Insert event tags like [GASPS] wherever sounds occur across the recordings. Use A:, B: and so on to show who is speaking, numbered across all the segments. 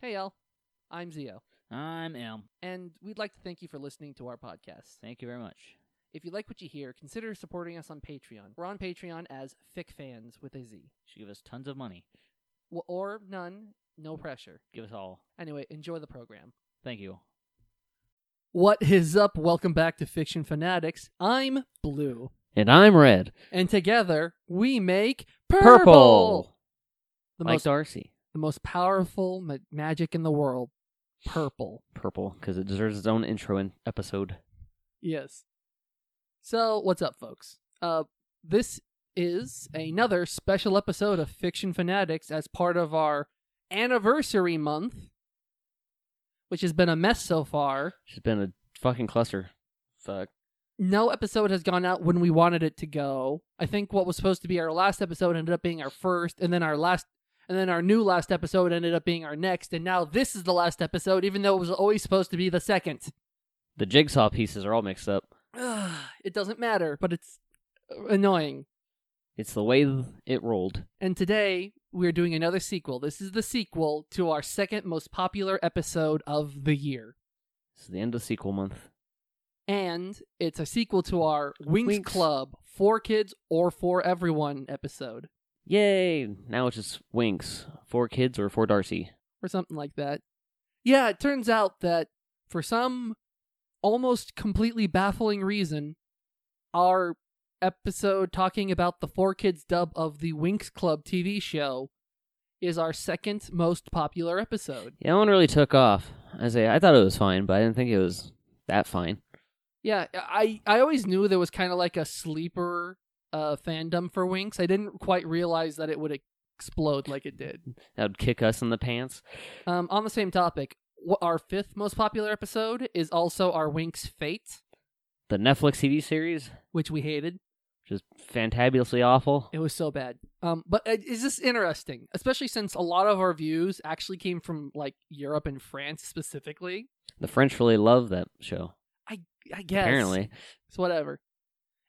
A: Hey, y'all. I'm Zio,
B: I'm Elm.
A: and we'd like to thank you for listening to our podcast.
B: Thank you very much.
A: If you like what you hear, consider supporting us on Patreon. We're on Patreon as FicFans with a Z.
B: Should give us tons of money.
A: W- Or none, no pressure.
B: Give us all.
A: Anyway, enjoy the program.
B: Thank you.
A: What is up? Welcome back to Fiction Fanatics. I'm Blue,
B: And I'm Red.
A: and together we make
B: Purple.
A: The
B: like
A: most,
B: Darcy.
A: the most powerful ma- magic in the world. Purple.
B: Purple, because it deserves its own intro and episode.
A: Yes. So, what's up, folks? Uh, this is another special episode of Fiction Fanatics as part of our anniversary month, which has been a mess so far.
B: She's been a fucking cluster. Fuck.
A: No episode has gone out when we wanted it to go. I think what was supposed to be our last episode ended up being our first, and then our last. And then our new last episode ended up being our next, and now this is the last episode, even though it was always supposed to be the second. [SIGHS]
B: The jigsaw pieces are all mixed up.
A: it doesn't matter, but it's annoying.
B: It's the way th- it rolled.
A: And today we're doing another sequel. This is the sequel to our second most popular episode of the year.
B: This is the end of sequel month.
A: And it's a sequel to our Winx,
B: Winx.
A: Club for kids or for everyone episode
B: Yay! Now it's just Winks. Four kids or four Darcy.
A: or something like that. Yeah, it turns out that for some almost completely baffling reason, our episode talking about the four kids dub of the Winx Club TV show is our second most popular episode.
B: Yeah, that one really took off. I say I thought it was fine, but I didn't think it was that fine.
A: Yeah, I I always knew there was kind of like a sleeper uh fandom for Winx. I didn't quite realize that it would explode like it did.
B: That would kick us in the pants.
A: Um, on the same topic, wh- our fifth most popular episode is also our Winx Fate,
B: The Netflix TV series,
A: which we hated.
B: which is fantabulously awful.
A: It was so bad. Um, but it- it's just interesting, especially since a lot of our views actually came from like Europe and France specifically.
B: The French really love that show.
A: I guess
B: Apparently,
A: It's whatever.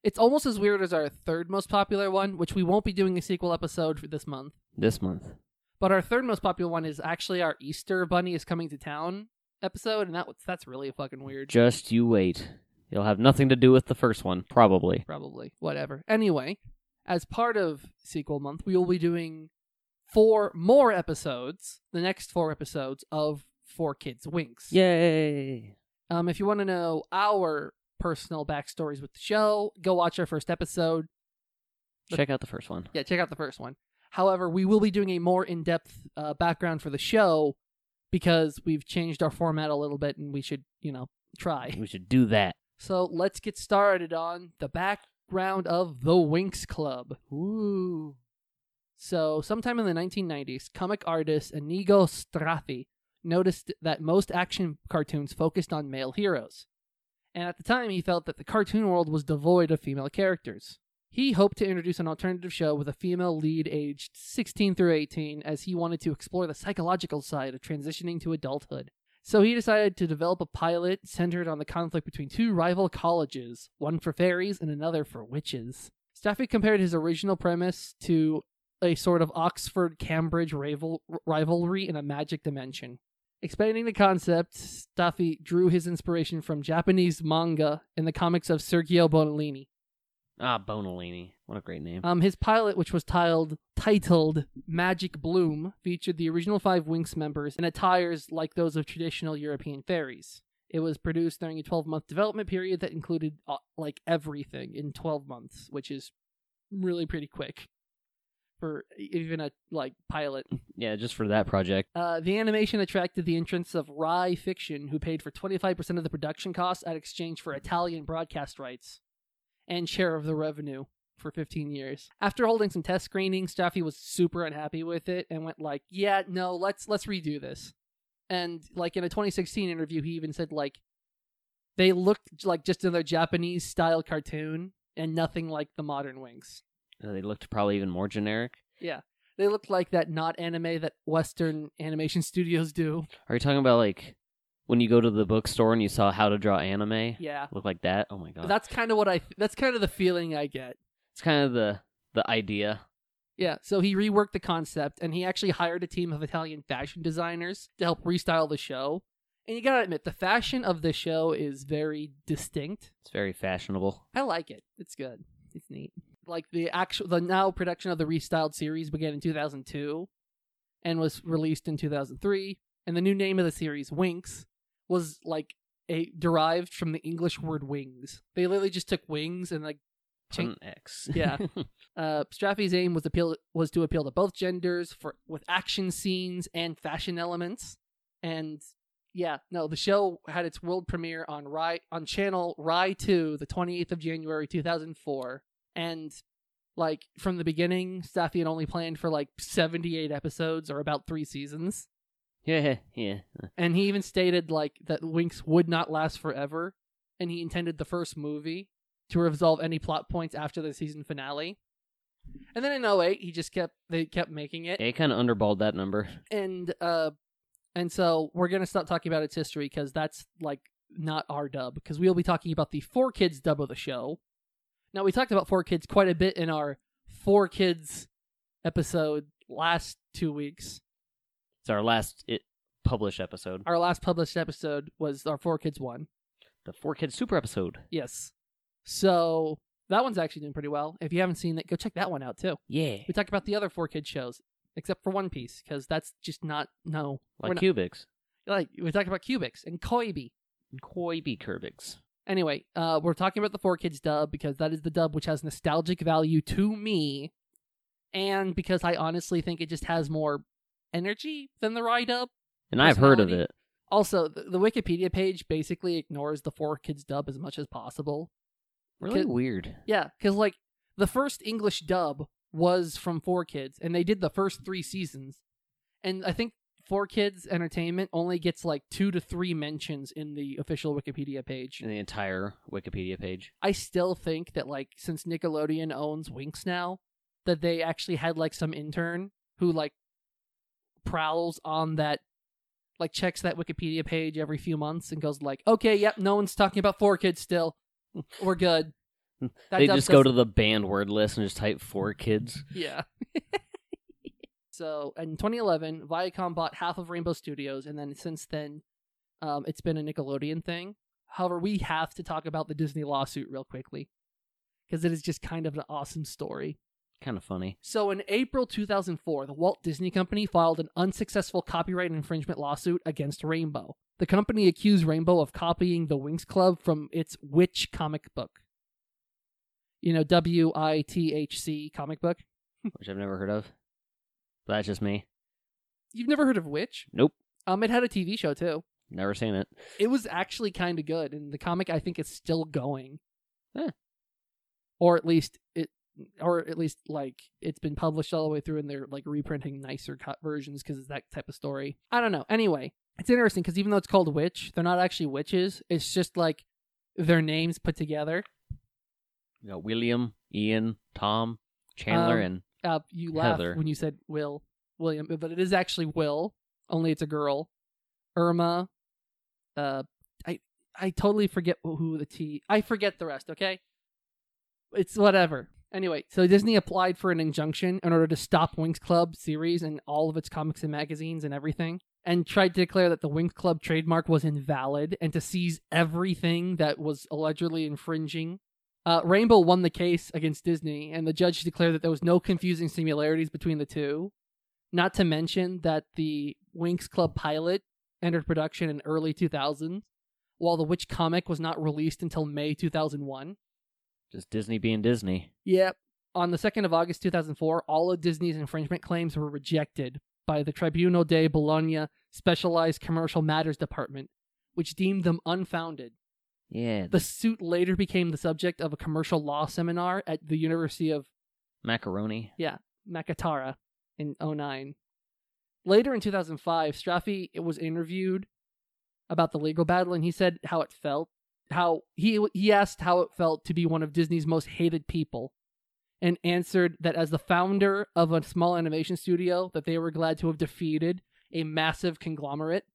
A: It's almost as weird as our third most popular one, which we won't be doing a sequel episode for this month.
B: this month.
A: But our third most popular one is actually our Easter Bunny is coming to town episode, and that was- that's really fucking weird.
B: Just you wait. It'll have nothing to do with the first one, probably.
A: Probably whatever. Anyway, as part of sequel month, we will be doing four more episodes, the next four episodes of Four Kids Winks.
B: Yay!
A: Um, if you want to know our personal backstories with the show, go watch our first episode.
B: Check out the first one.
A: Yeah, check out the first one. However, we will be doing a more in depth uh, background for the show because we've changed our format a little bit and we should, you know, try.
B: We should do that.
A: So let's get started on the background of the Winx Club.
B: Ooh.
A: So, sometime in the 1990s, comic artist Inigo Straffi noticed that most action cartoons focused on male heroes. And at the time, he felt that the cartoon world was devoid of female characters. He hoped to introduce an alternative show with a female lead aged 16 through 18, as he wanted to explore the psychological side of transitioning to adulthood. So he decided to develop a pilot centered on the conflict between two rival colleges, one for fairies and another for witches. Staffy compared his original premise to a sort of Oxford Cambridge rival- rivalry in a magic dimension. Expanding the concept, Staffy drew his inspiration from Japanese manga and the comics of Sergio Bonellini.
B: Ah, Bonellini. What a great name.
A: Um, his pilot, which was titled titled Magic Bloom, featured the original five Winx members in attires like those of traditional European fairies. It was produced during a 12 month development period that included uh, like everything in 12 months, which is really pretty quick for e-, even a like pilot.
B: yeah, just for that project.
A: Uh, the animation attracted the entrance of Rai Fiction, who paid for 25% of the production costs at exchange for Italian broadcast rights and share of the revenue for 15 years. After holding some test screenings, Jaffe was super unhappy with it and went like, "Yeah, no, let's let's redo this." And like in a 2016 interview, he even said like they looked like just another Japanese style cartoon and nothing like the modern wings.
B: uh, They looked probably even more generic.
A: They looked like that not anime that western animation studios do.
B: Are you talking about like when you go to the bookstore and you saw how to draw anime?
A: Yeah.
B: Look like that? Oh my god.
A: That's kind of what I. That's kind of the feeling I get.
B: it's kind of the the idea.
A: Yeah, so he reworked the concept and he actually hired a team of Italian fashion designers to help restyle the show. And you gotta admit, the fashion of the show is very distinct.
B: It's very fashionable.
A: I like it. It's good. It's neat. Like the actual, the now production of the restyled series began in 2002 and was released in 2003. And the new name of the series, Winks, was like a derived from the English word wings. They literally just took wings and like
B: Put
A: Chink.
B: an X. [LAUGHS]
A: Yeah. uh, Straffy's aim was to appeal was to appeal to both genders for with action scenes and fashion elements. And yeah, no, the show had its world premiere on Rye on channel Rye Two, the twenty eighth of January two thousand four. And like from the beginning, Straffy had only planned for like seventy eight episodes or about three seasons.
B: yeah, yeah.
A: And he even stated like that Winx would not last forever, and he intended the first movie to resolve any plot points after the season finale. And then in 08, he just kept they kept making it,
B: Yeah, he kind of underballed that number.
A: and uh, and so we're gonna stop talking about its history because that's like not our dub because we'll be talking about the four kids dub of the show. Now we talked about four kids quite a bit in our four kids episode last two weeks.
B: It's our last it published episode,
A: Our last published episode was our four kids one.
B: the Four Kids Super episode.
A: Yes. So that one's actually doing pretty well. If you haven't seen it, go check that one out too.
B: Yeah,
A: We talked about the other four kid shows, except for One Piece, because that's just not no. we're
B: like
A: not-
B: Cubics,
A: like we talked about Cubics and Koibi.
B: Koibi Cubics.
A: Anyway, uh, we're talking about the four kids dub because that is the dub which has nostalgic value to me, and because I honestly think it just has more energy than the Rye dub.
B: And I've heard of
A: Personality.
B: it.
A: Also, the, the Wikipedia page basically ignores the four kids dub as much as possible.
B: Really
A: Could-
B: weird.
A: Yeah, because like the first English dub was from Four Kids, and they did the first three seasons, and I think Four Kids Entertainment only gets like two to three mentions in the official Wikipedia page.
B: In the entire Wikipedia page.
A: I still think that like since Nickelodeon owns Winx now, that they actually had like some intern who like prowls on that. Like checks that Wikipedia page every few months and goes like, "Okay, yep, no one's talking about four kids still. We're good."
B: [LAUGHS]
A: That
B: they
A: dub
B: just
A: does-
B: go to the banned word list and just type Four Kids.
A: Yeah. so in 2011, Viacom bought half of Rainbow Studios, and then since then, um, it's been a Nickelodeon thing. However, we have to talk about the Disney lawsuit real quickly because it is just kind of an awesome story.
B: Kind of funny.
A: So in April 2004, the Walt Disney Company filed an unsuccessful copyright infringement lawsuit against Rainbow. The company accused Rainbow of copying the Winx Club from its Witch comic book. You know, W I T H C comic book.
B: which I've never heard of. But that's just me.
A: You've never heard of Witch?
B: Nope.
A: Um, it had a TV show too.
B: Never seen it.
A: It was actually kind of good, and the comic I think is still going,
B: Huh.
A: or at least it, or at least like it's been published all the way through, and they're like reprinting nicer cut versions because it's that type of story. I don't know. Anyway, it's interesting because even though it's called Witch, they're not actually witches. It's just like their names put together.
B: You know, William, Ian, Tom, Chandler,
A: Um,
B: and
A: Uh, you laughed
B: Heather.
A: when you said Will William, but it is actually Will. Only it's a girl. Irma. Uh, I I totally forget wh- who the T. I forget the rest. Okay, it's whatever. Anyway, so Disney applied for an injunction in order to stop Winx Club series and all of its comics and magazines and everything, and tried to declare that the Winx Club trademark was invalid and to seize everything that was allegedly infringing uh, Rainbow won the case against Disney, and the judge declared that there was no confusing similarities between the two. Not to mention that the Winx Club pilot entered production in early 2000, while the Witch comic was not released until May 2001.
B: just Disney being Disney.
A: Yep. On the 2nd of August 2004, all of Disney's infringement claims were rejected by the Tribunal de Bologna Specialized Commercial Matters Department, which deemed them unfounded.
B: Yeah,
A: The suit later became the subject of a commercial law seminar at the University of
B: macaroni.
A: Makatara in 09. Later in 2005, Straffy was interviewed about the legal battle and he said how it felt, how he he asked how it felt to be one of Disney's most hated people and answered that as the founder of a small animation studio that they were glad to have defeated a massive conglomerate.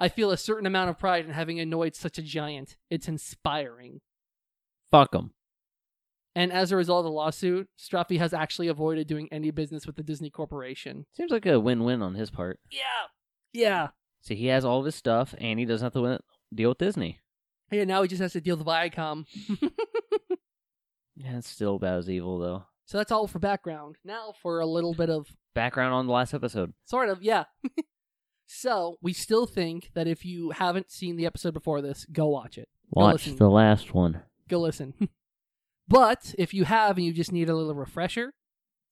A: I feel a certain amount of pride in having annoyed such a giant. It's inspiring.
B: Fuck them.
A: And as a result of the lawsuit, Straffi has actually avoided doing any business with the Disney Corporation.
B: Seems like a win-win on his part.
A: Yeah. Yeah.
B: See, he has all of his stuff, and he doesn't have to win- deal with Disney.
A: Yeah, now he just has to deal with Viacom.
B: Yeah, it's still about as evil though.
A: so that's all for background. Now for a little bit of
B: Background on the last episode.
A: Sort of, yeah. [LAUGHS] so we still think that if you haven't seen the episode before this, go watch it.
B: Watch
A: listen.
B: the last one.
A: Go listen. [LAUGHS] but if you have and you just need a little refresher,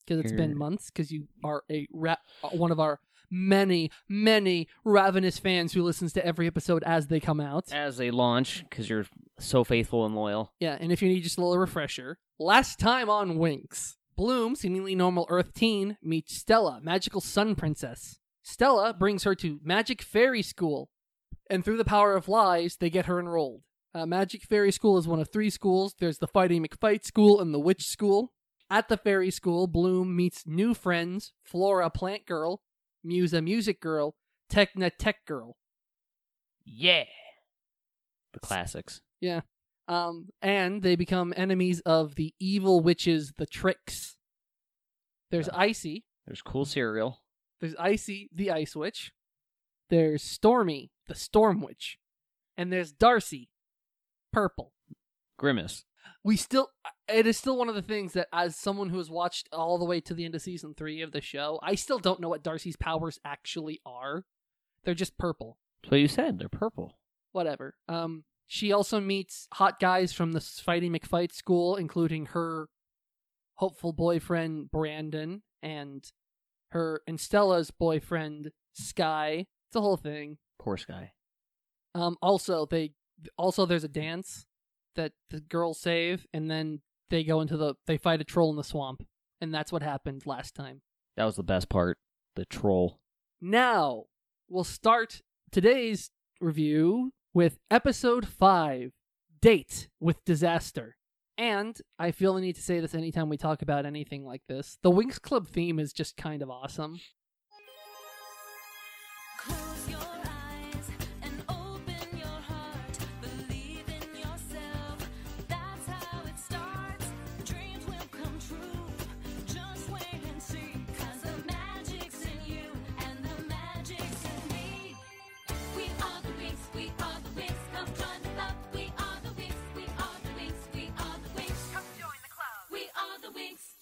A: because it's been
B: Here.
A: months, because you are a ra- uh, one of our many, many ravenous fans who listens to every episode as they come out.
B: As they launch, because you're so faithful and loyal.
A: Yeah, and if you need just a little refresher, last time on Winx, Bloom, seemingly normal Earth teen, meets Stella, magical sun princess. Stella brings her to Magic Fairy School, and through the power of lies, they get her enrolled. Uh, Magic Fairy School is one of three schools there's the Fighting McFight School and the Witch School. At the Fairy School, Bloom meets new friends Flora Plant Girl, Musa Music Girl, Techna Tech Girl.
B: Yeah. The classics.
A: Um, and they become enemies of the evil witches, the Tricks. There's
B: Yeah.
A: Icy.
B: There's cool cereal.
A: There's Icy, the Ice Witch. There's Stormy, the Storm Witch. And there's Darcy, Purple.
B: Grimace.
A: We still, it is still one of the things that, as someone who has watched all the way to the end of season three of the show, I still don't know what Darcy's powers actually are. They're just purple.
B: That's what you said. They're purple.
A: whatever. Um, she also meets hot guys from the Fighting McFight school, including her hopeful boyfriend Brandon and her and Stella's boyfriend Sky. It's a whole thing.
B: Poor Sky.
A: Um, also they also there's a dance that the girls save, and then they go into the they fight a troll in the swamp, and that's what happened last time.
B: That was the best part. The troll.
A: Now, we'll start today's review with episode 5 Date with Disaster. And I feel the need to say this anytime we talk about anything like this. The Winx Club theme is just kind of awesome.
C: Close your eyes and open your heart. Believe in yourself. That's how it starts. Dreams will come true. Just wait and see. 'Cause the magic's in you and the magic's in me. We are the wings, we are the wings. Come join the club. We are the wings, we are the wings, we are the wings. Come join the club. We are the wings.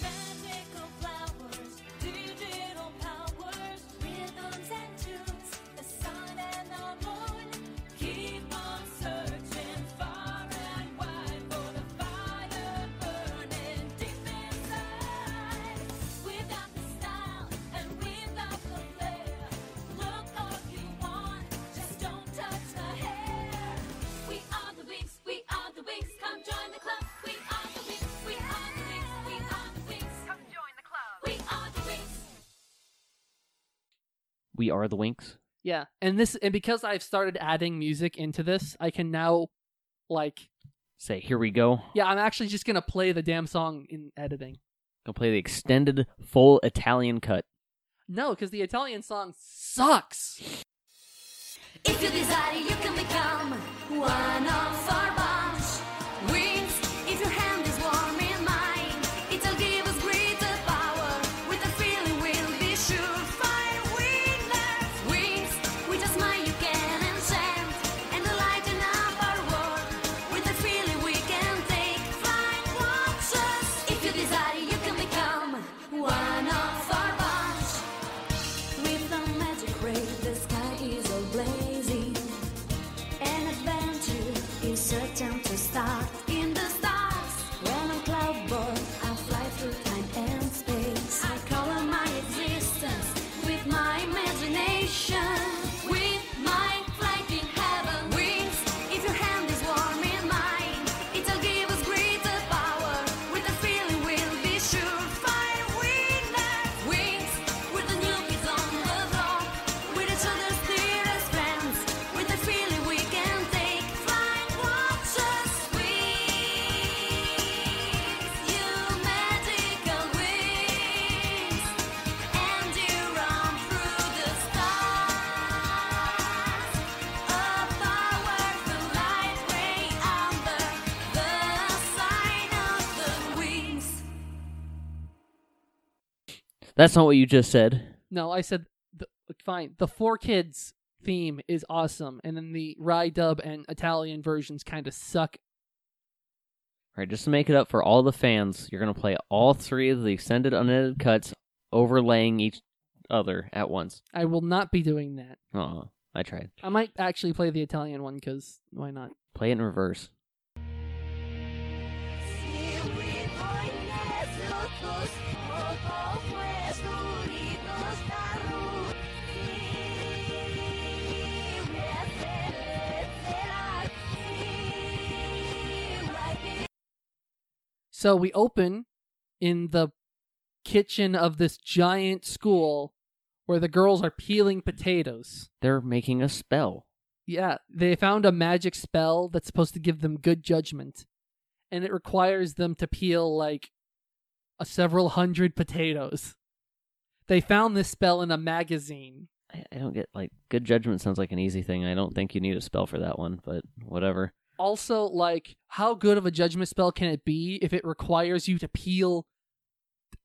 C: Magical flowers, digital powers, rhythms and tunes, the sun and the moon. Keep on searching far and wide for the fire burning deep inside. We've got the style and we've got the flair. Look all you want, just don't touch the hair. We are the wings, we are the wings, come join the club. We are the wings, we are the wings, we are the wings. Come join the club. We are the wings.
B: We are the Winks.
A: Yeah. And this and because I've started adding music into this, I can now like
B: Say, here we go.
A: yeah, I'm actually just going to play the damn song in editing.
B: Go play the extended full Italian cut.
A: No, cuz the Italian song sucks.
C: If you desire, you can become one of our bunch. Wings, if your hand is warm in mine, it'll give us greater power. With a feeling, we'll be sure. Fire wingers, wings, with a smile you can enchant and the lighten up our world. With a feeling, we can take flight. Watch us. If you desire, you can become one of our bunch. With the magic ray, the sky is all blazing.
B: That's not what you just said.
A: No, I said the, fine. The four kids theme is awesome, and then the Rye dub and Italian versions kind of suck.
B: All right, just to make it up for all the fans, you're going to play all three of the extended unedited cuts overlaying each other at once.
A: I will not be doing that.
B: Oh, I tried.
A: I might actually play the Italian one because why not?
B: Play it in reverse.
A: So we open in the kitchen of this giant school where the girls are peeling potatoes.
B: They're making a spell.
A: Yeah, they found a magic spell that's supposed to give them good judgment, and it requires them to peel like a several hundred potatoes. They found this spell in a magazine.
B: I, I don't get, like, good judgment sounds like an easy thing. I don't think you need a spell for that one, but whatever.
A: also like how good of a judgment spell can it be if it requires you to peel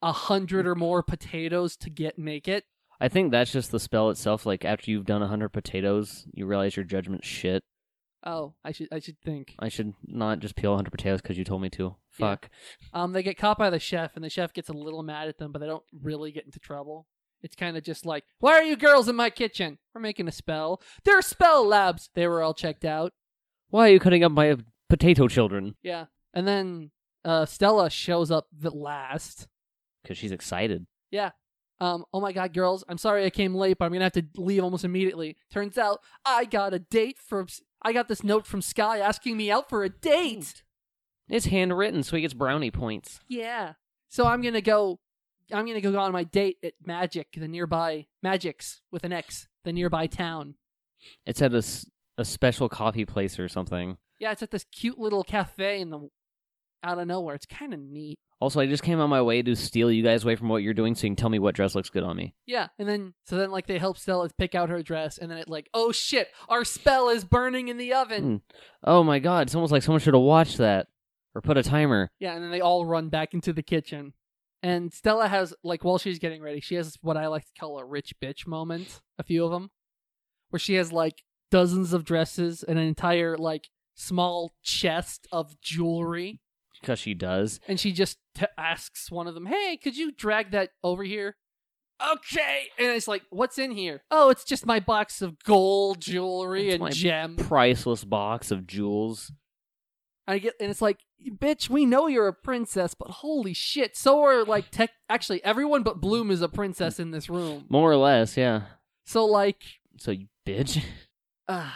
A: a hundred or more potatoes to get make it
B: I think that's just the spell itself. Like, after you've done 100 potatoes, you realize your judgment's shit.
A: oh i should i should think
B: I should not just peel 100 potatoes because you told me to. Fuck.
A: um they get caught by the chef and the chef gets a little mad at them but they don't really get into trouble it's kind of just like why are you girls in my kitchen we're making a spell they're spell labs they were all checked out
B: Why are you cutting up my potato children?
A: yeah and then uh stella shows up at last
B: Because she's excited.
A: Um, oh my god, girls, I'm sorry I came late, but I'm gonna have to leave almost immediately. Turns out I got a date from I got this note from Sky asking me out for a date.
B: It's handwritten, so he gets brownie points.
A: Yeah. So I'm gonna go I'm gonna go on my date at Magic, the nearby Magic's with an X, the nearby town.
B: It's at a, s- a special coffee place or something.
A: Yeah, it's at this cute little cafe in the out of nowhere. It's kinda neat.
B: Also, I just came on my way to steal you guys away from what you're doing so you can tell me what dress looks good on me.
A: Yeah, and then so then like they help Stella pick out her dress and then it like, oh shit, our spell is burning in the oven.
B: Hmm. Oh my god, it's almost like someone should have watched that or put a timer.
A: Yeah, and then they all run back into the kitchen. And Stella has like while she's getting ready, she has what I like to call a rich bitch moment, a few of them, where she has like dozens of dresses and an entire like small chest of jewelry,
B: Because she does.
A: and she just t- asks one of them, "Hey, could you drag that over here?" Okay, and it's like, "What's in here?" "Oh, it's just my box of gold jewelry
B: It's
A: and
B: my
A: gem."
B: Priceless box of jewels.
A: I get, and it's like, bitch, we know you're a princess, but holy shit, so are like tech. Actually, everyone but Bloom is a princess in this room.
B: More or less, yeah.
A: So like,
B: So, you bitch. [LAUGHS]
A: uh,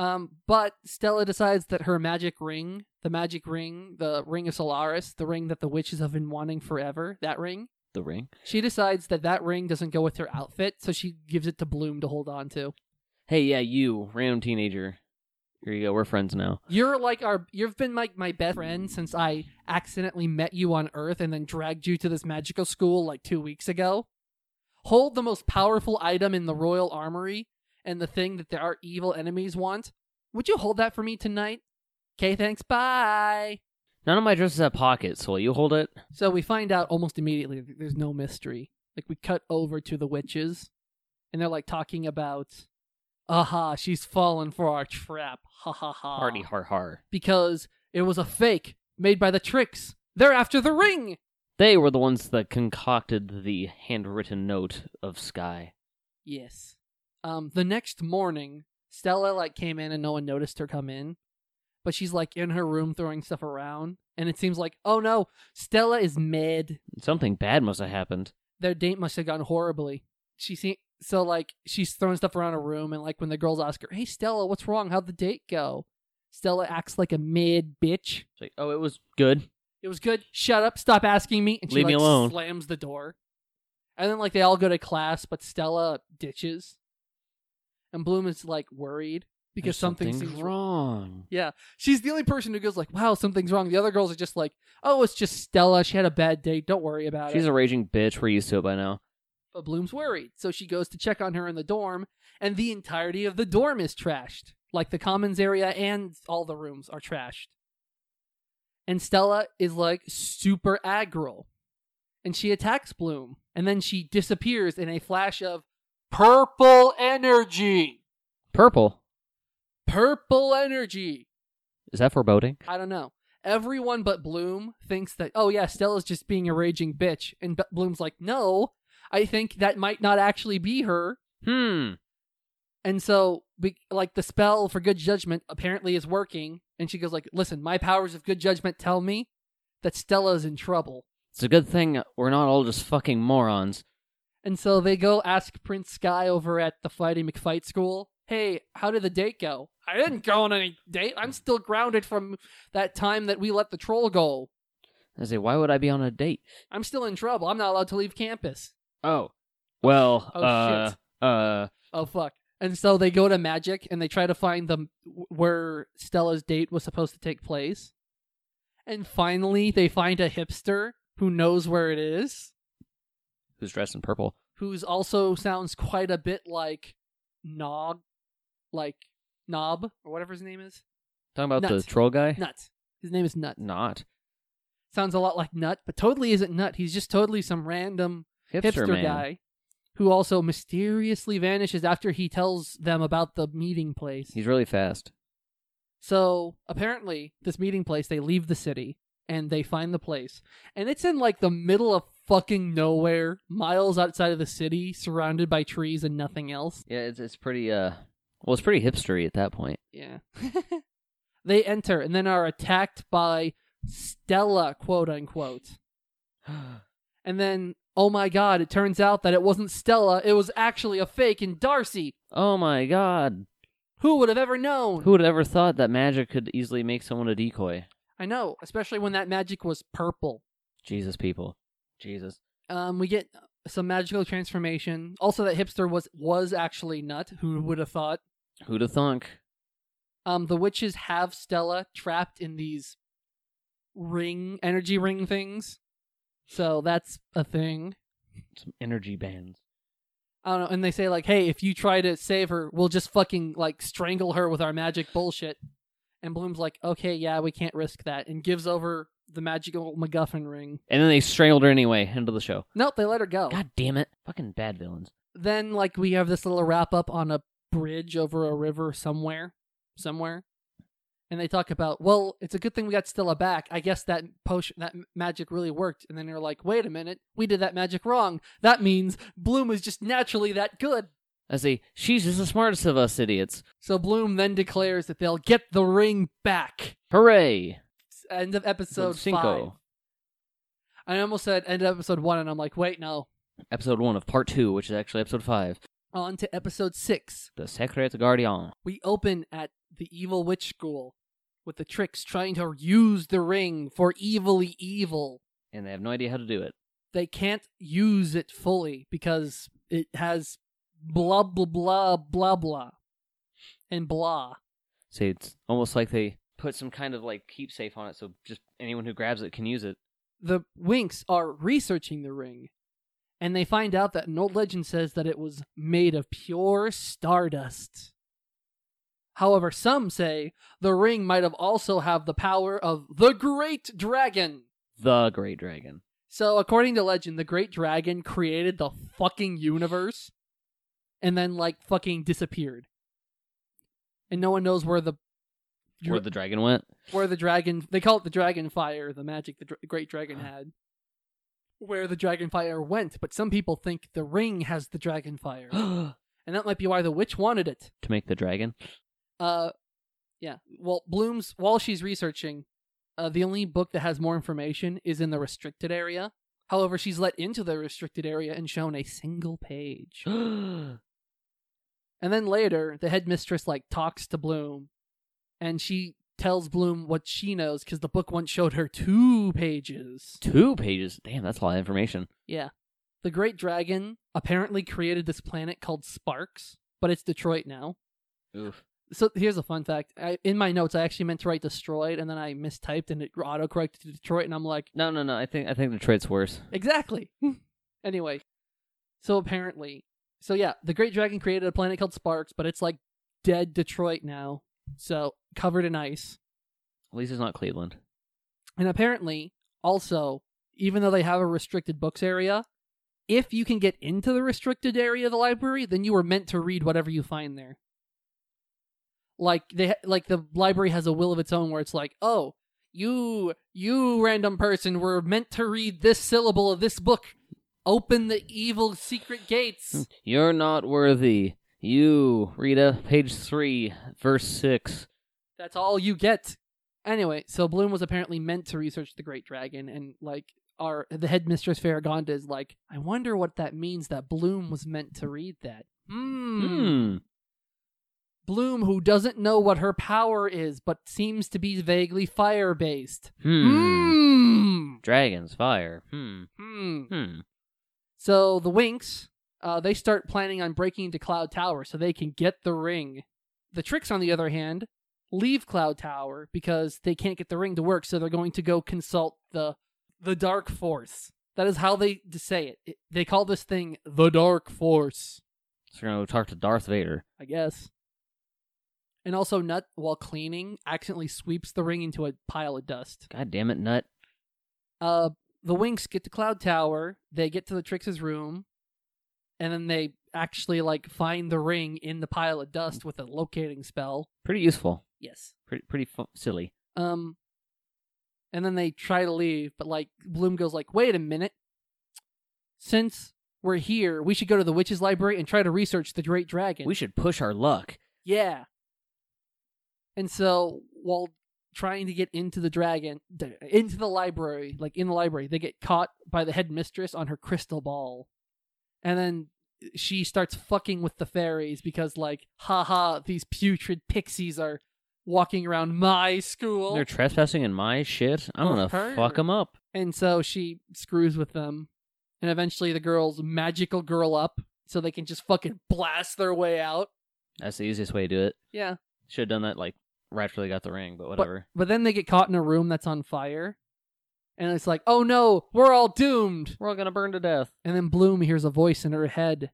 A: um, but Stella decides that her magic ring, the magic ring, the ring of Solaris, the ring that the witches have been wanting forever, that ring.
B: The ring.
A: She decides that that ring doesn't go with her outfit, so she gives it to Bloom to hold on to.
B: Hey, yeah, you, random teenager. Here you go, we're friends now.
A: You're like our you've been like my best friend since I accidentally met you on Earth and then dragged you to this magical school like 2 weeks ago. Hold the most powerful item in the royal armory and the thing that our evil enemies want. Would you hold that for me tonight? Okay, thanks. Bye.
B: None of my dresses have pockets, so will you hold it?
A: So we find out almost immediately that there's no mystery. Like we cut over to the witches and they're like talking about aha, she's fallen for our trap. Ha ha ha
B: Hardy har har.
A: because it was a fake made by the tricks. They're after the ring.
B: They were the ones that concocted the handwritten note of Sky.
A: Yes. Um, the next morning, Stella like came in and no one noticed her come in, but she's like in her room throwing stuff around, and it seems like oh no, Stella is mad.
B: Something bad must have happened.
A: Their date must have gone horribly. She se- so like she's throwing stuff around her room, and like when the girls ask her, "Hey Stella, what's wrong? How'd the date go?" Stella acts like a mad bitch.
B: It's like, oh, it was good.
A: It was good. Shut up. Stop asking me. And she
B: Leave
A: like,
B: me alone.
A: slams the door. And then like they all go to class, but Stella ditches. And Bloom is like worried because
B: There's
A: something
B: something's
A: seems
B: wrong.
A: Yeah. She's the only person who goes like, "Wow, something's wrong." The other girls are just like, "Oh, it's just Stella. She had a bad day. Don't worry about
B: She's
A: it."
B: a raging bitch. We're used to it by now.
A: but Bloom's worried. So she goes to check on her in the dorm, and the entirety of the dorm is trashed. Like the commons area and all the rooms are trashed. And Stella is like super aggro. and she attacks Bloom, and then she disappears in a flash of purple energy.
B: Purple.
A: Purple energy.
B: Is that foreboding?
A: I don't know. Everyone but Bloom thinks that, oh yeah, Stella's just being a raging bitch. And B- Bloom's like, no, I think that might not actually be her.
B: Hmm.
A: And so, be- like, the spell for good judgment apparently is working. And she goes like, listen, my powers of good judgment tell me that Stella's in trouble.
B: It's a good thing we're not all just fucking morons.
A: And so they go ask Prince Sky over at the Fighting McFight school, hey, how did the date go? I didn't go on any date. I'm still grounded from that time that we let the troll go.
B: I say, why would I be on a date?
A: I'm still in trouble. I'm not allowed to leave campus.
B: Oh. Well,
A: Oh,
B: uh,
A: shit.
B: uh,
A: Oh fuck. And so they go to Magic and they try to find the where Stella's date was supposed to take place. And finally they find a hipster who knows where it is,
B: who's dressed in purple?
A: who's also sounds quite a bit like Nog like Knob or whatever his name is.
B: Talking about
A: Nut.
B: the troll guy?
A: Nut. His name is Eh. Nut.
B: Not.
A: Sounds a lot like Nut, but totally isn't Nut. He's just totally some random
B: Hipster,
A: hipster,
B: man.
A: guy who also mysteriously vanishes after he tells them about the meeting place.
B: He's really fast.
A: So apparently, this meeting place, they leave the city and they find the place. And it's in like the middle of fucking nowhere, miles outside of the city, surrounded by trees and nothing else.
B: Yeah, it's it's pretty uh well it's pretty hipstery at that point.
A: Yeah. [LAUGHS] they enter and then are attacked by Stella, quote unquote. And then, oh my god, it turns out that it wasn't Stella, it was actually a fake and Darcy.
B: oh my god.
A: Who would have ever known?
B: Who would have ever thought that magic could easily make someone a decoy?
A: I know, especially when that magic was purple.
B: Jesus people. Jesus.
A: Um, we get some magical transformation. Also, that hipster was was actually nut. Who would have thought?
B: Who'd have thunk?
A: Um, the witches have Stella trapped in these ring energy ring things, so that's a thing.
B: Some energy bands.
A: I don't know. And they say like, "Hey, if you try to save her, we'll just fucking like strangle her with our magic bullshit." And Bloom's like, "Okay, yeah, we can't risk that," and gives over the magical MacGuffin ring.
B: And then they strangled her anyway, end of the show.
A: Nope, they let her go.
B: God damn it. Fucking bad villains.
A: then like we have this little wrap up on a bridge over a river somewhere somewhere and they talk about well it's a good thing we got stella back i guess that potion that m- magic really worked and then they're like wait a minute we did that magic wrong that means bloom is just naturally that good
B: I say, she's just the smartest of us idiots.
A: so bloom then declares that they'll get the ring back
B: Hooray!
A: end of episode five
B: Cinco.
A: i almost said end of episode one and i'm like wait no
B: Episode one of part two, which is actually episode five.
A: on to episode six
B: The Secret Guardian.
A: We open at the evil witch school with the tricks trying to use the ring for evilly evil.
B: And they have no idea how to do it.
A: They can't use it fully because it has blah blah blah blah blah and blah.
B: So it's almost like they put some kind of like keep safe on it so just anyone who grabs it can use it.
A: The Winks are researching the ring and they find out that an old legend says that it was made of pure stardust. However, some say the ring might have also have the power of the great dragon.
B: The Great Dragon.
A: So, according to legend, the Great Dragon created the fucking universe and then, like, fucking disappeared. And no one knows where the.
B: Where the dragon went. [GASPS]
A: where the dragon. They call it the dragon fire, the magic the dra- Great Dragon had. Where the dragon fire went, but some people think the ring has the dragon
B: [GASPS]
A: fire.
B: to
A: and that might be why the witch wanted it.
B: make the dragon. [GASPS]
A: Uh, yeah. Well, Bloom's while she's researching, uh, the only book that has more information is in the restricted area. However, she's let into the restricted area and shown a single
B: [GASPS]
A: page.
B: Bloom
A: and then later, the headmistress like talks to Bloom, and she tells Bloom what she knows because the book once showed her two pages.
B: Two pages. Damn, that's a lot of information.
A: Yeah. The Great Dragon apparently created this planet called Sparks, but it's Detroit now.
B: Oof.
A: So here's a fun fact. I, in my notes, I actually meant to write destroyed, and then I mistyped, and it autocorrected to Detroit, and I'm like,
B: No, no, no. I think I think Detroit's worse.
A: exactly. [LAUGHS] anyway, so apparently, so yeah, the Great Dragon created a planet called Sparks, but it's like dead Detroit now, so covered in ice.
B: At least it's not Cleveland.
A: And apparently, also, even though they have a restricted books area, if you can get into the restricted area of the library, then you are meant to read whatever you find there. Like they like the library has a will of its own where it's like, "Oh, you you random person were meant to read this syllable of this book. Open the evil secret gates."
B: You're not worthy. You, Rita, page three, verse six.
A: That's all you get. Anyway, so Bloom was apparently meant to research the Great Dragon, and like our the headmistress Farragonda is like, I wonder what that means that Bloom was meant to read that. Hmm.
B: Hmm.
A: Bloom, who doesn't know what her power is, but seems to be vaguely fire based.
B: Hmm.
A: Hmm.
B: Dragons, fire. Hmm.
A: Hmm.
B: Hmm.
A: So the Winks, uh, they start planning on breaking into Cloud Tower so they can get the ring. The Tricks, on the other hand, leave Cloud Tower because they can't get the ring to work, so they're going to go consult the the Dark Force. That is how they to say it. it. They call this thing the Dark Force,
B: So we're gonna go talk to Darth Vader.
A: I guess. And also, Nut, while cleaning, accidentally sweeps the ring into a pile of dust.
B: God damn it, nut.
A: Uh, the Winks get to Cloud Tower. They get to the Trix's room, and then they actually like find the ring in the pile of dust with a locating spell.
B: Pretty useful.
A: Yes.
B: Pretty, pretty fu- silly.
A: Um, and then they try to leave, but like Bloom goes like, "Wait a minute! Since we're here, we should go to the witch's library and try to research the Great Dragon."
B: We should push our luck.
A: Yeah. And so while trying to get into the dragon, d- into the library, like in the library, they get caught by the headmistress on her crystal ball. And then she starts fucking with the fairies because, like, haha, these putrid pixies are walking around my school.
B: They're trespassing in my shit. I'm
A: Or
B: gonna
A: her.
B: fuck them up.
A: and so she screws with them. And eventually the girls magical girl up so they can just fucking blast their way out.
B: That's the easiest way to do it.
A: Yeah.
B: Should have done that like right after they got the ring, but whatever.
A: But then they get caught in a room that's on fire. And it's like, oh no, we're all doomed.
B: We're all gonna burn to death.
A: And then Bloom hears a voice in her head.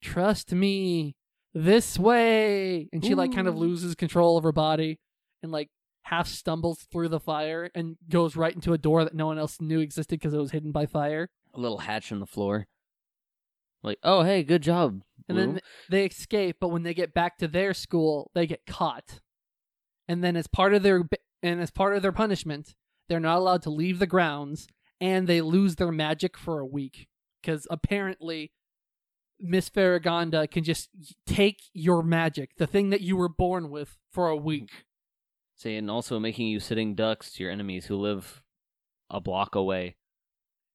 A: Trust me, this way. And she like kind of
B: Ooh.
A: loses control of her body and like half stumbles through the fire and goes right into a door that no one else knew existed because it was hidden by fire.
B: A little hatch in the floor. Like, oh hey, good job.
A: And
B: Blue.
A: then they escape, but when they get back to their school, they get caught. And then as part of their and as part of their punishment, they're not allowed to leave the grounds and they lose their magic for a week cuz apparently Miss Farragonda can just y- take your magic, the thing that you were born with for a week.
B: See, and also making you sitting ducks to your enemies who live a block away.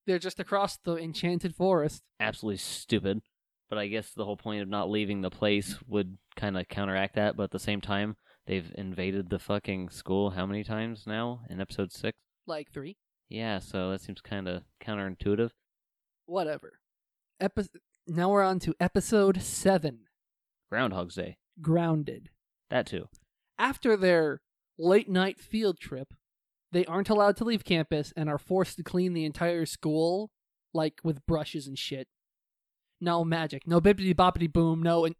A: They're just across the enchanted forest.
B: Absolutely stupid. But I guess the whole point of not leaving the place would kind of counteract that. But at the same time, they've invaded the fucking school how many times now in episode six?
A: Like 3,
B: Yeah, so that seems kind of counterintuitive.
A: whatever. Epi- now we're on to episode 7,
B: Groundhog's Day.
A: Grounded.
B: That too.
A: after their late night field trip, they aren't allowed to leave campus and are forced to clean the entire school, like with brushes and shit. No magic, no bippity boppity boom, no and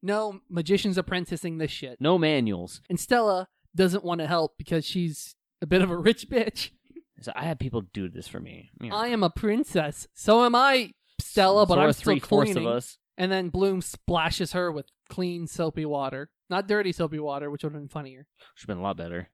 A: no magician's apprenticing this shit.
B: No manuals.
A: And Stella doesn't want to help because she's a bit of a rich bitch.
B: So I had people do this for me. You know.
A: I am a princess, so am I, Stella. But
B: So are
A: I'm still
B: three-fourths
A: cleaning.
B: of us.
A: And then Bloom splashes her with clean soapy water, not dirty soapy water, which would have been funnier.
B: Should have been a lot better.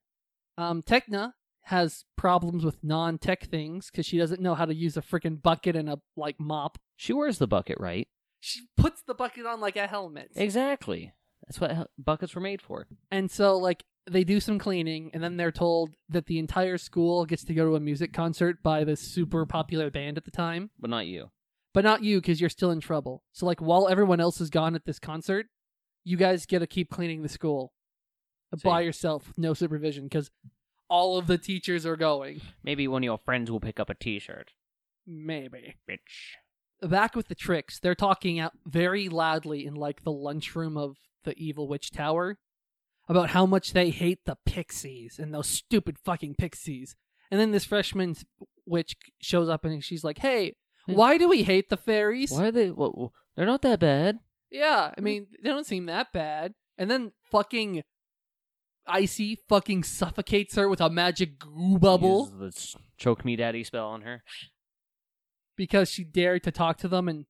A: Um, Techna has problems with non-tech things because she doesn't know how to use a freaking bucket and a like mop.
B: She wears the bucket, right?
A: She puts the bucket on like a helmet,
B: Exactly. That's what hel- buckets were made for.
A: and so like they do some cleaning, and then they're told that the entire school gets to go to a music concert by this super popular band at the time,
B: But not you.
A: but not you because you're still in trouble. So like while everyone else is gone at this concert, you guys get to keep cleaning the school uh, by
B: See.
A: yourself, with no supervision, because all of the teachers are going.
B: Maybe one of your friends will pick up a T-shirt.
A: Maybe.
B: Bitch.
A: back with the tricks, they're talking out very loudly in like the lunchroom of the evil witch tower about how much they hate the pixies and those stupid fucking pixies. And then this freshman witch shows up and she's like, "Hey,
B: Hmm.
A: why do we hate the fairies?
B: Why are they? What, Hmm? what- they're not that bad.
A: Yeah, I mean, they don't seem that bad." And then fucking Icy fucking suffocates her with a magic goo bubble
B: Uses the s- choke me daddy spell on her.
A: because she dared to talk to them, and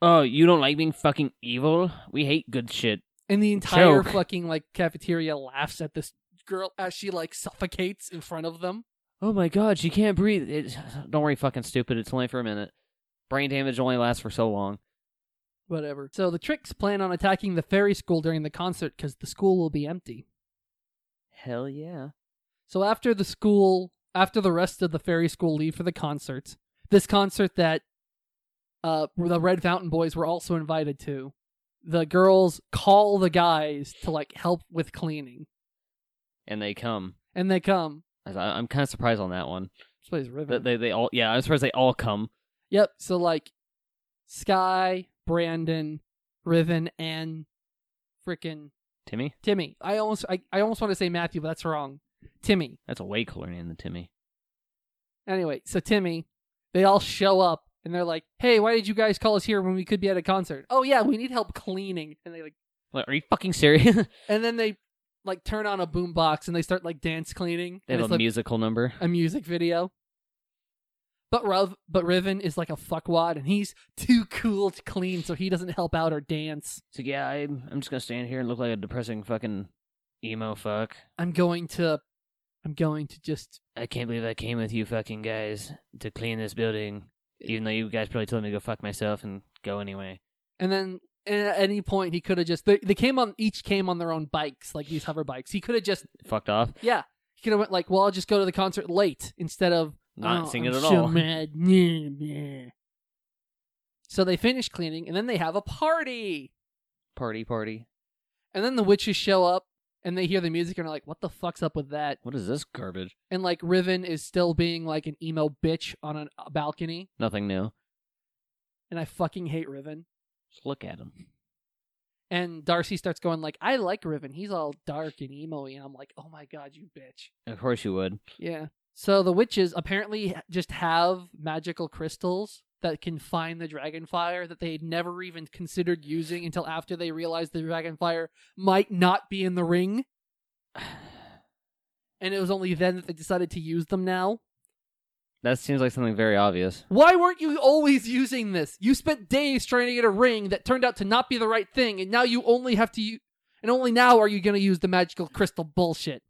B: Oh, you don't like being fucking evil? We hate good shit.
A: and the entire
B: Choke.
A: fucking like cafeteria laughs at this girl as she like suffocates in front of them.
B: Oh my god, she can't breathe. It, [SIGHS] don't worry, fucking stupid. It's only for a minute. Brain damage only lasts for so long.
A: Whatever. So the tricks plan on attacking the fairy school during the concert because the school will be empty.
B: Hell yeah.
A: So after the school, after the rest of the fairy school leave for the concert, this concert that uh the Red Fountain Boys were also invited to, the girls call the guys to like help with cleaning,
B: And they come.
A: and they come.
B: I, I'm kind of surprised on that one.
A: This place is
B: They,
A: riveting.
B: they, they all, yeah, I'm surprised they all come.
A: Yep. So like, Sky, Brandon, Riven, and frickin'
B: Timmy?
A: Timmy. I almost I, I almost want to say Matthew, but that's wrong. Timmy.
B: That's a way cooler name than Timmy.
A: Anyway, so Timmy, they all show up and they're like, "Hey, why did you guys call us here when we could be at a concert?" "Oh yeah, we need help cleaning." And they like
B: Like, are you fucking serious? [LAUGHS] they
A: and then they like turn on a boombox and they start like dance cleaning. and
B: have
A: it's
B: a
A: like
B: musical number.
A: a music video. But Rov, but Riven is like a fuckwad and he's too cool to clean, so he doesn't help out or dance.
B: So yeah, I'm, I'm just gonna stand here and look like a depressing fucking emo fuck.
A: I'm going to, I'm going to just
B: I can't believe I came with you fucking guys to clean this building, even though you guys probably told me to go fuck myself and go anyway.
A: And then and at any point he could have just they, they came on each came on their own bikes, like these hover bikes. He could have just
B: Fucked off.
A: yeah. He could have went like, well, I'll just go to the concert late instead of
B: Not
A: "Oh,
B: sing
A: I'm
B: it at
A: so
B: all.
A: mad." Yeah, yeah. So they finish cleaning and then they have a party.
B: [LAUGHS] Party, party.
A: And then the witches show up and they hear the music and are like, what the fuck's up with that?
B: What is this garbage?
A: And like Riven is still being like an emo bitch on an- a balcony.
B: Nothing new.
A: And I fucking hate Riven.
B: Just look at him.
A: And Darcy starts going like, I like Riven. He's all dark and emo and I'm like, oh my god, you bitch.
B: Of course you would.
A: Yeah. So the witches apparently just have magical crystals that can find the dragon fire that they had never even considered using until after they realized the dragon fire might not be in the ring. [SIGHS] And it was only then that they decided to use them now.
B: That seems like something very obvious.
A: Why weren't you always using this? You spent days trying to get a ring that turned out to not be the right thing, and now you only have to u- and only now are you going to use the magical crystal bullshit.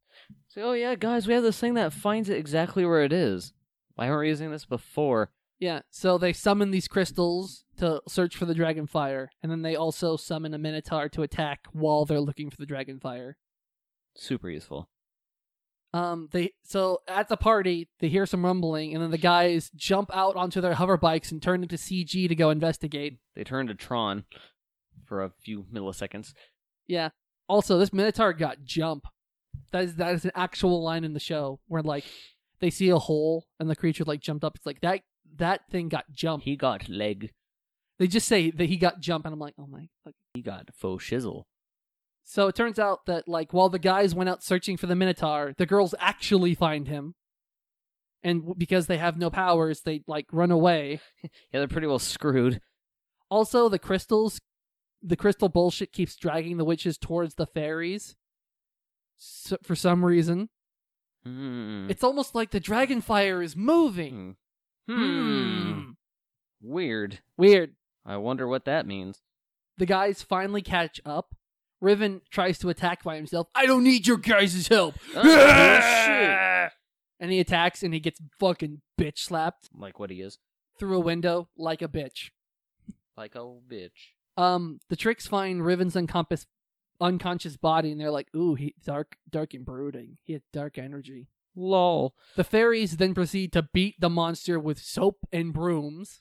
B: So oh yeah, guys, we have this thing that finds it exactly where it is. Why weren't we using this before?
A: Yeah, so they summon these crystals to search for the dragon fire, and then they also summon a minotaur to attack while they're looking for the dragon fire.
B: Super useful.
A: Um, they so at the party they hear some rumbling, and then the guys jump out onto their hover bikes and turn into CG to go investigate.
B: They turned to Tron for a few milliseconds.
A: Yeah. Also, this minotaur got jump. That is that is an actual line in the show where like they see a hole and the creature like jumped up. It's like that that thing got jump.
B: He got leg.
A: They just say that he got jump, and I'm like, oh my fuck.
B: He got faux shizzle.
A: So it turns out that like while the guys went out searching for the Minotaur, the girls actually find him, and w- because they have no powers, they like run away.
B: Yeah, they're pretty well screwed.
A: Also, the crystals, the crystal bullshit keeps dragging the witches towards the fairies. So, for some reason,
B: Hmm.
A: it's almost like the dragon fire is moving.
B: Hmm.
A: Hmm.
B: Weird.
A: Weird.
B: I wonder what that [LAUGHS] means.
A: The guys finally catch up. Riven tries to attack by himself. I don't need your guys' help.
B: Oh,
A: And he attacks and he gets fucking bitch slapped.
B: like what he is.
A: through a window like a bitch.
B: Like a bitch.
A: Um, the tricks find Riven's uncompass, unconscious body, and they're like, "Ooh, he dark, dark and brooding. He had dark energy."
B: Lol.
A: The fairies then proceed to beat the monster with soap and brooms.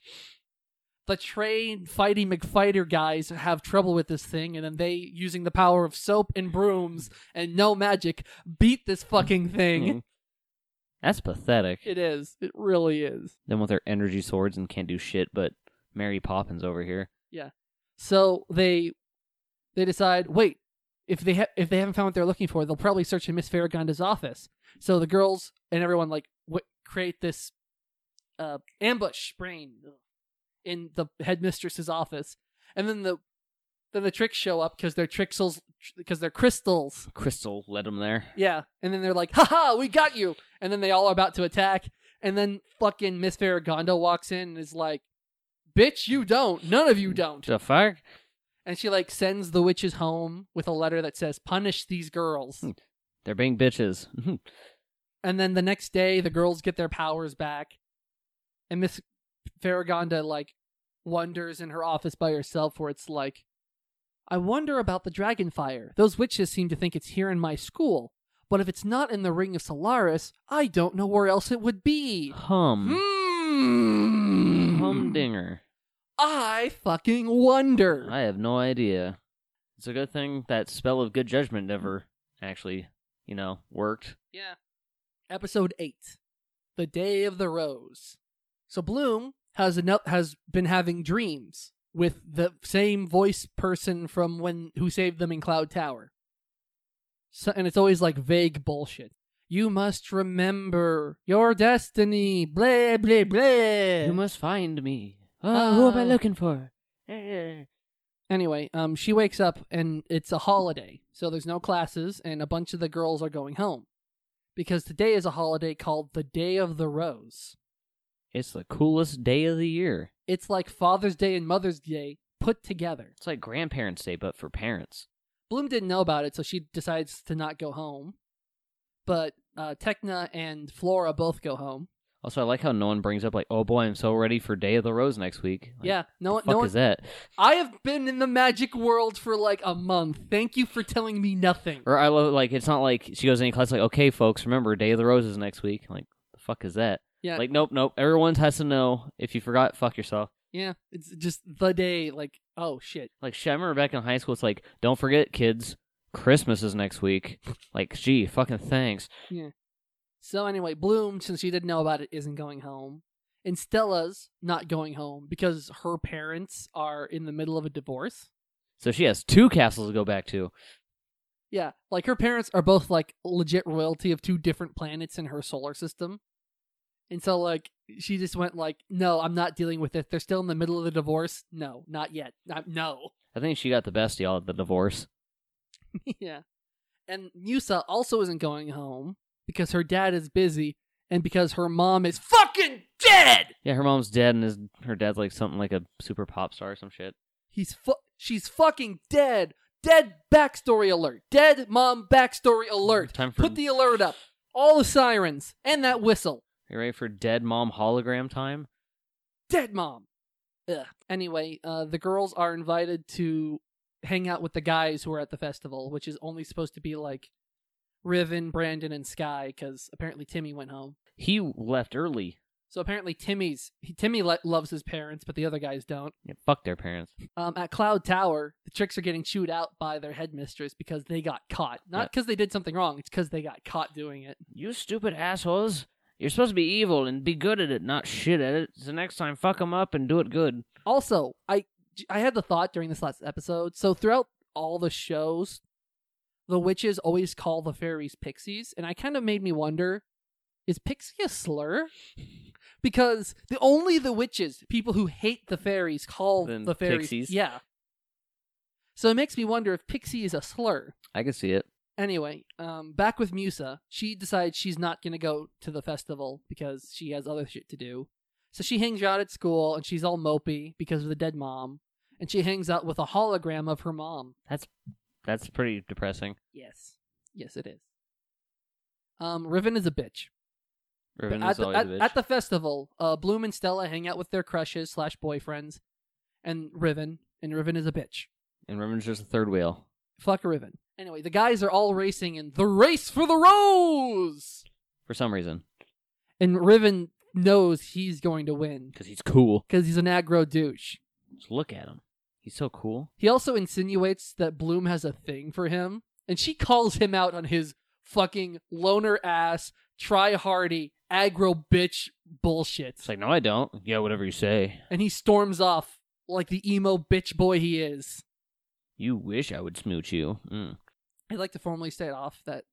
A: The trained fighting McFighter guys have trouble with this thing, and then they, using the power of soap and brooms and no magic, beat this fucking
B: Hmm.
A: thing.
B: That's pathetic.
A: It is. It really is.
B: Them with their energy swords and can't do shit, but Mary Poppins over here.
A: So they they decide, wait, if they ha- if they haven't found what they're looking for, they'll probably search in Miss Faragonda's office. So the girls and everyone like w- create this uh, ambush brain in the headmistress's office, and then the Then the tricks show up because they're trixels because they're crystals.
B: Crystal led them there.
A: Yeah, and then they're like, "Haha, we got you!" And then they all are about to attack, and then fucking Miss Farragondo walks in and is like, "Bitch, you don't. None of you don't."
B: The fuck?
A: And she like sends the witches home with a letter that says, "Punish these girls."
B: Hmm. They're being bitches. [LAUGHS]
A: And then the next day, the girls get their powers back, and Miss Farragonda like wonders in her office by herself, where it's like, I wonder about the dragonfire. Those witches seem to think it's here in my school, but if it's not in the Ring of Solaris, I don't know where else it would be.
B: Hum.
A: Hmm.
B: Humdinger.
A: I fucking wonder.
B: I have no idea. It's a good thing that spell of good judgment never actually, you know, worked.
A: Yeah. Episode 8 The Day of the Rose. So Bloom has enough, has been having dreams with the same voice person from when who saved them in Cloud Tower. So, and it's always like vague bullshit. You must remember your destiny. Blah blah blah.
B: You must find me. Oh,
A: Ah.
B: who am I looking for? Eh.
A: Anyway, um, she wakes up and it's a holiday, so there's no classes, and a bunch of the girls are going home because today is a holiday called the Day of the Rose.
B: It's the coolest day of the year.
A: It's like Father's Day and Mother's Day put together.
B: It's like grandparents' day, but for parents.
A: Bloom didn't know about it, so she decides to not go home. But uh, Techna and Flora both go home.
B: Also, I like how no one brings up like, "Oh boy, I'm so ready for Day of the Rose next week." Like,
A: yeah, no one,
B: fuck
A: no one.
B: is that?
A: I have been in the magic world for like a month. Thank you for telling me nothing.
B: Or I love like it's not like she goes to any class like, "Okay, folks, remember Day of the Rose is next week." Like, the fuck is that?
A: Yeah,
B: Like, nope, nope. Everyone has to know. If you forgot, fuck yourself.
A: yeah. It's just the day. Like, oh shit.
B: Like, shit, I remember back in high school, it's like, don't forget, kids, Christmas is next week. Like, gee, fucking thanks.
A: So anyway, Bloom, since she didn't know about it, isn't going home. And Stella's not going home because her parents are in the middle of a divorce.
B: So she has two castles to go back to.
A: Yeah, like her parents are both like legit royalty of two different planets in her solar system. And so like she just went like, "No, I'm not dealing with it. They're still in the middle of the divorce. No, not yet. Not, no." [LAUGHS]
B: I think she got the best of y'all at the divorce.
A: yeah. And Yusa also isn't going home because her dad is busy and because her mom is fucking dead.
B: Yeah, her mom's dead, and his, her dad's like something like a super pop star or some shit.
A: He's fu- she's fucking dead. Dead backstory alert. Dead mom backstory alert.
B: Time for-
A: Put the alert up. All the sirens and that whistle.
B: You ready for dead mom hologram time?
A: dead mom. Ugh. Anyway, uh, the girls are invited to hang out with the guys who are at the festival, which is only supposed to be like Riven, Brandon, and Sky, because apparently Timmy went home.
B: He left early.
A: So apparently Timmy's he, Timmy le- loves his parents, but the other guys don't.
B: Yeah, fuck their parents.
A: Um, at Cloud Tower, the tricks are getting chewed out by their headmistress because they got caught. Not because they did something wrong; it's because they got caught doing it.
B: You stupid assholes. You're supposed to be evil and be good at it, not shit at it. So next time, fuck them up and do it good.
A: Also, I I had the thought during this last episode. So throughout all the shows, the witches always call the fairies pixies, and I kind of made me wonder: is pixie a slur? [LAUGHS] Because the only the witches, people who hate the fairies, call
B: Then
A: the fairies.
B: pixies.
A: Yeah. So it makes me wonder if pixie is a slur.
B: I can see it.
A: Anyway, um, back with Musa, she decides she's not going to go to the festival because she has other shit to do. So she hangs out at school and she's all mopey because of the dead mom. And she hangs out with a hologram of her mom.
B: That's pretty depressing.
A: Yes. Yes, it is. Um, Riven is a bitch.
B: Riven
A: at,
B: is
A: the,
B: always
A: at,
B: a bitch.
A: at the festival, uh, Bloom and Stella hang out with their crushes slash boyfriends and Riven. And Riven is a bitch.
B: and Riven's just a third wheel.
A: Fuck Riven. Anyway, the guys are all racing in the race for the rose!
B: for some reason
A: and Riven knows he's going to win
B: because he's cool.
A: because he's an aggro douche.
B: Just look at him. He's so cool.
A: He also insinuates that Bloom has a thing for him, and she calls him out on his fucking loner ass, try hardy, aggro bitch bullshit.
B: It's like, no, I don't. Yeah, whatever you say.
A: and he storms off like the emo bitch boy he is.
B: You wish I would smooch you. Mm.
A: I'd like to formally state off that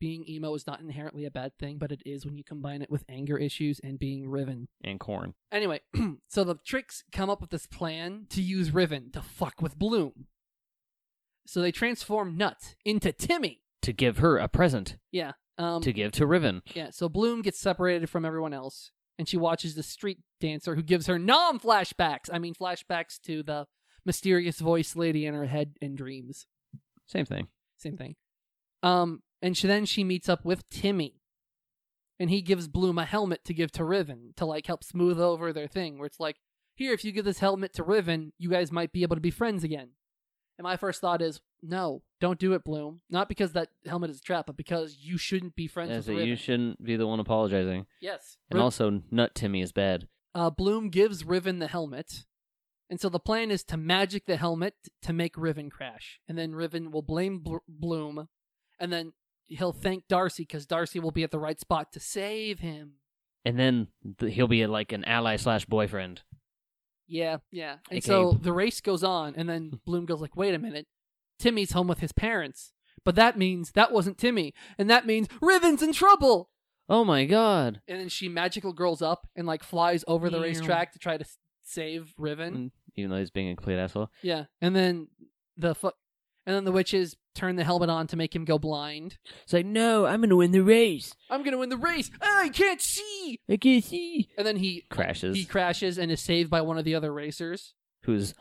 A: being emo is not inherently a bad thing, but it is when you combine it with anger issues and being Riven.
B: And corn.
A: [CLEARS THROAT] Anyway, so the tricks come up with this plan to use Riven to fuck with Bloom. So they transform Nuts into Timmy.
B: to give her a present
A: Yeah. Um,
B: to give to Riven.
A: yeah. So Bloom gets separated from everyone else, and she watches the street dancer who gives her nom flashbacks. I mean, flashbacks to the mysterious voice lady in her head and dreams.
B: Same thing.
A: Same thing. Um, and she, then she meets up with Timmy, and he gives Bloom a helmet to give to Riven to like help smooth over their thing. Where it's like, here, if you give this helmet to Riven, you guys might be able to be friends again. And my first thought is, no, don't do it, Bloom. Not because that helmet is a trap, but because you shouldn't be friends
B: As
A: with Riven.
B: you shouldn't be the one apologizing.
A: yes.
B: And
A: Riv-
B: also, Nut Timmy is bad.
A: uh, Bloom gives Riven the helmet. And so the plan is to magic the helmet to make Riven crash. And then Riven will blame Bl- Bloom. And then he'll thank Darcy because Darcy will be at the right spot to save him.
B: And then th- he'll be like an ally slash boyfriend.
A: Yeah, yeah. And
B: Aka-
A: so the race goes on. And then Bloom goes like, wait a minute. Timmy's home with his parents. But that means that wasn't Timmy. And that means Riven's in trouble.
B: Oh my god.
A: And then she magical girls up and like flies over the
B: Meow.
A: racetrack to try to s- save Riven.
B: Mm, Even though he's being a complete asshole.
A: Yeah, and then the fu- and then the witches turn the helmet on to make him go blind.
B: It's like, no, I'm gonna win the race.
A: I'm gonna win the race. I can't see.
B: I can see.
A: And then he
B: Crashes.
A: he crashes and is saved by one of the other racers,
B: Who's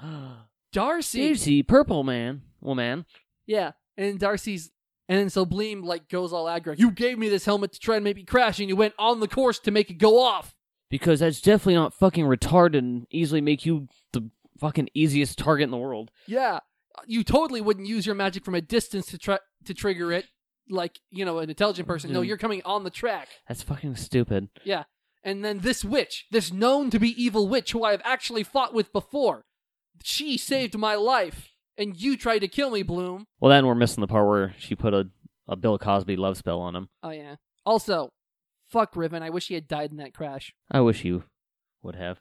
A: Darcy.
B: Daisy Purple Man? Woman.
A: Yeah, and Darcy's and then so Bleem like goes all aggro. You gave me this helmet to try and make me crash, and you went on the course to make it go off.
B: Because that's definitely not fucking retarded and easily make you the fucking easiest target in the world.
A: Yeah, you totally wouldn't use your magic from a distance to try to trigger it, like you know an intelligent person. No,
B: Mm.
A: you're coming on the track.
B: That's fucking stupid.
A: Yeah. And then this witch, this known to be evil witch who I have actually fought with before, she saved my life, and you tried to kill me, Bloom.
B: Well, then we're missing the part where she put a, a Bill Cosby love spell on him.
A: Oh, yeah. Also, fuck Riven. I wish he had died in that crash.
B: I wish you would have.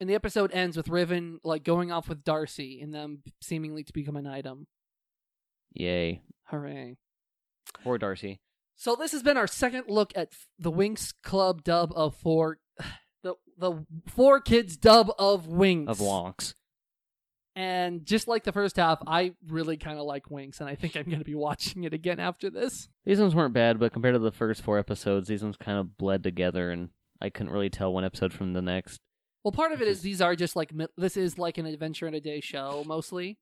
A: And the episode ends with Riven, like, going off with Darcy and them seemingly to become an item.
B: Yay.
A: Hooray.
B: Poor Darcy.
A: So this has been our second look at f- the Winx Club dub of four, [SIGHS] the the four kids dub of Winx
B: Of Wonks.
A: And just like the first half, I really kind of like Winx, and I think I'm going to be watching it again after this.
B: These ones weren't bad, but compared to the first four episodes, these ones kind of bled together, and I couldn't really tell one episode from the next.
A: Well, part of it is these are just like mi- this is like an adventure in a day show mostly.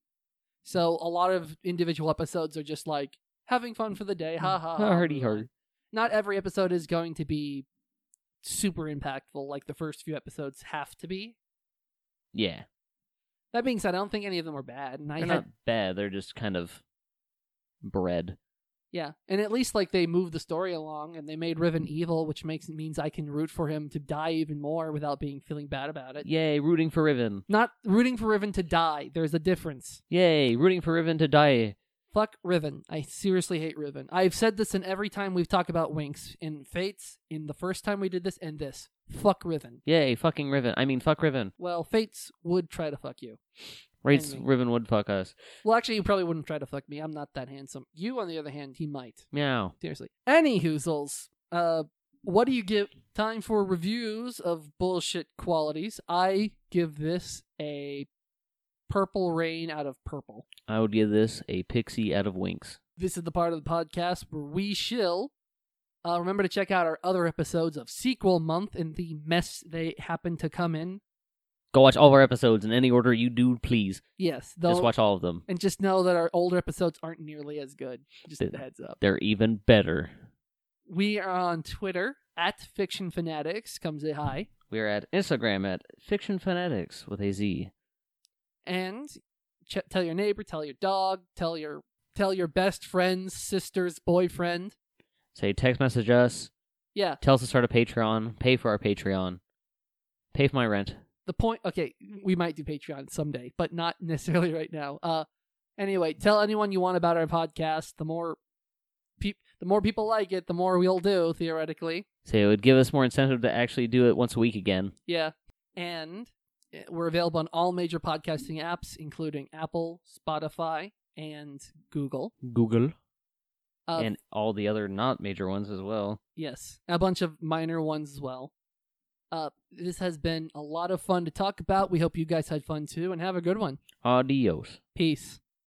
A: So a lot of individual episodes are just like having fun for the day, ha ha. ha.
B: Hardy hard.
A: Not every episode is going to be super impactful like the first few episodes have to be.
B: Yeah.
A: That being said, I don't think any of them are bad, and I
B: They're
A: had
B: not bad. They're just kind of bred.
A: Yeah, and at least like they moved the story along, and they made Riven evil, which makes means I can root for him to die even more without being feeling bad about it.
B: Yay, rooting for Riven.
A: Not rooting for Riven to die. There's a difference.
B: Yay, rooting for Riven to die.
A: Fuck Riven. I seriously hate Riven. I've said this in every time we've talked about Winx in Fates, in the first time we did this, and this. Fuck Riven.
B: Yay, fucking Riven. I mean, fuck Riven.
A: Well, Fates would try to fuck you.
B: Rates
A: Enemy.
B: Riven would fuck us.
A: Well, actually, he probably wouldn't try to fuck me. I'm not that handsome. You, on the other hand, he might.
B: Meow.
A: seriously. Any hoozles, uh, what do you give? Time for reviews of bullshit qualities. I give this a purple rain out of purple.
B: I would give this a pixie out of winks.
A: This is the part of the podcast where we shill. Uh, remember to check out our other episodes of Sequel Month and the mess they happen to come in.
B: Go watch all of our episodes in any order you do, please.
A: Yes, though,
B: Just watch all of them.
A: and just know that our older episodes aren't nearly as good. Just a
B: Th-
A: heads up.
B: They're even better.
A: We are on Twitter at Fiction Fanatics. Come say hi.
B: We're at Instagram at Fiction Fanatics with a Z.
A: and ch- tell your neighbor, tell your dog, tell your tell your best friend's sister's boyfriend.
B: Say text message us.
A: Yeah,
B: Tell us to start a Patreon. Pay for our Patreon. Pay for my rent.
A: the point. Okay, we might do Patreon someday, but not necessarily [LAUGHS] right now. Uh, anyway, tell anyone you want about our podcast. The more, peop the more people like it, the more we'll do theoretically.
B: Say it would give us more incentive to actually do it once a week again.
A: Yeah, and eh, we're available on all major podcasting apps, including Apple, Spotify, and Google.
B: Google.
A: Uh,
B: and all the other not major ones as well.
A: Yes, a bunch of minor ones as well. Uh, this has been a lot of fun to talk about. We hope you guys had fun too, and have a good one.
B: Adios.
A: Peace.